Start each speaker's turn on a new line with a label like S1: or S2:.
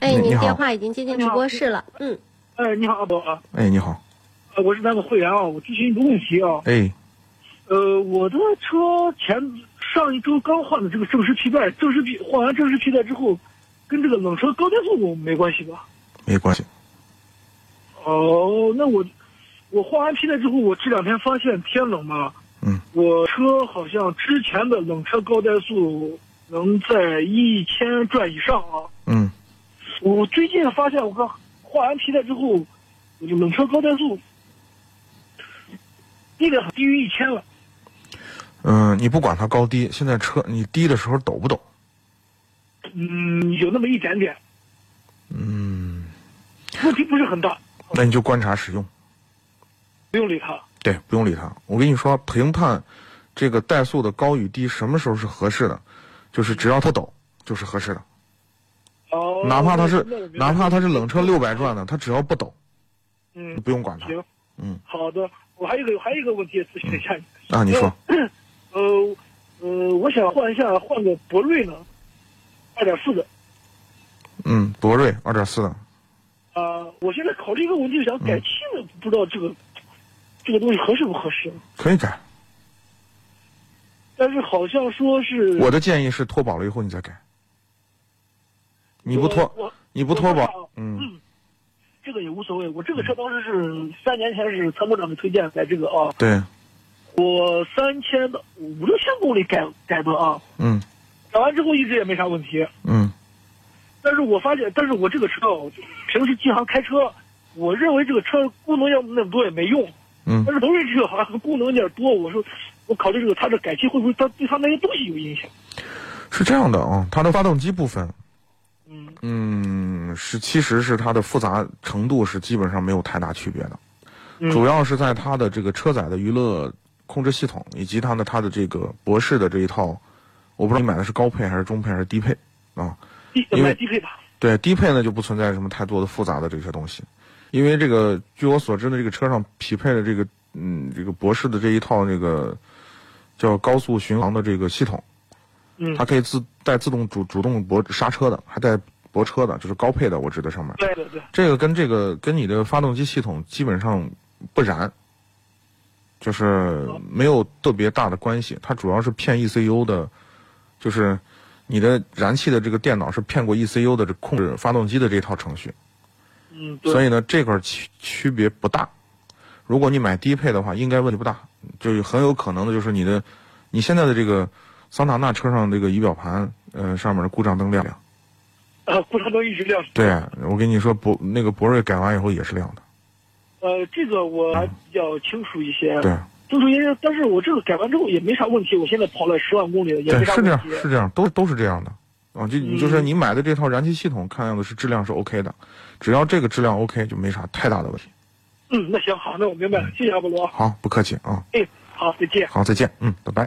S1: 哎，
S2: 你
S1: 您
S2: 好
S1: 电话已经接进直播室了，嗯，
S3: 哎，你好，阿宝啊，
S2: 哎，你好，
S3: 呃我是咱们会员啊，我咨询一个问题啊，
S2: 哎，
S3: 呃，我的车前上一周刚换的这个正时皮带，正时皮换完正时皮带之后，跟这个冷车高低速度没关系吧？
S2: 没关系，
S3: 哦，那我我换完皮带之后，我这两天发现天冷嘛，
S2: 嗯，
S3: 我车好像之前的冷车高怠速能在一千转以上啊，
S2: 嗯，
S3: 我最近发现，我刚换完皮带之后，我就冷车高怠速，那个低于一千了。
S2: 嗯、你不管它高低，现在车你低的时候抖不抖？
S3: 嗯，有那么一点点，
S2: 嗯，
S3: 问题不是很大，
S2: 那你就观察使用，
S3: 不用理它。
S2: 对，不用理它。我跟你说，评判这个怠速的高与低，什么时候是合适的，就是只要它抖就是合适的，
S3: 哦，
S2: 哪怕它是
S3: 那我明白
S2: 哪怕它是冷车六百转的，它只要不抖，你
S3: 嗯，
S2: 不用管它。
S3: 行，
S2: 嗯，
S3: 好的。我还有一个还有一个问题咨询一下你，
S2: 啊，你说，
S3: 呃呃，我想换一下换个博瑞呢，二点四的
S2: 嗯，博瑞二点四的，
S3: 啊、我现在考虑一个问题，想
S2: 嗯
S3: 改气呢，不知道这个这个东西合适不合适，
S2: 可以改。
S3: 但是好像说是
S2: 我的建议是脱保了以后你再改，你不脱
S3: 我我
S2: 你不脱保，嗯。
S3: 这个也无所谓。我这个车当时是三年前是参谋长给推荐改这个啊，
S2: 对，
S3: 我三千到五六千公里改改的啊，
S2: 嗯
S3: 改完之后一直也没啥问题。
S2: 嗯
S3: 但是我发现，但是我这个车哦，平时经常开车，我认为这个车功能要那么多也没用。
S2: 嗯
S3: 但是博瑞这个好像功能有点多，我说我考虑这个它的改气会不会它对它那些东西有影响？
S2: 是这样的啊，它的发动机部分，
S3: 嗯
S2: 嗯，是其实是它的复杂程度是基本上没有太大区别的，
S3: 嗯
S2: 主要是在它的这个车载的娱乐控制系统以及它的它的这个博士的这一套，我不知道你买的是高配还是中配还是低配啊？
S3: 低
S2: 因为
S3: 买低配吧。
S2: 对，低配呢就不存在什么太多的复杂的这些东西，因为这个据我所知呢，这个车上匹配的这个嗯这个博士的这一套这个叫高速巡航的这个系统。
S3: 嗯，
S2: 它可以自带自动主主动泊刹车的，还带泊车的，就是高配的，我指的上面。
S3: 对对对，
S2: 这个跟这个跟你的发动机系统基本上不然，就是没有特别大的关系。它主要是骗 ECU 的，就是你的燃气的这个电脑是骗过 ECU 的这控制发动机的这套程序，
S3: 嗯对。
S2: 所以呢，这块儿区区别不大。如果你买低配的话，应该问题不大，就是很有可能的就是你的你现在的这个桑塔纳车上这个仪表盘，呃，上面的故障灯亮不亮。
S3: 啊，故障灯一直亮。
S2: 对，我跟你说，博那个博瑞改完以后也是亮的。
S3: 呃，这个我还比较清楚一些。
S2: 对，
S3: 清楚一些，但是我这个改完之后也没啥问题，我现在跑了十万公里了，也
S2: 对，
S3: 没啥
S2: 是
S3: 问
S2: 这
S3: 题。
S2: 样，是这样，都都是这样的。啊，就
S3: 嗯
S2: 就是你买的这套燃气系统，看样子是质量是 OK 的，只要这个质量 OK 就没啥太大的问题。
S3: 嗯，那行好，那我明白了，谢谢阿波罗。
S2: 好，不客气啊，
S3: 哎，好，再见。
S2: 好，再见，嗯，拜拜。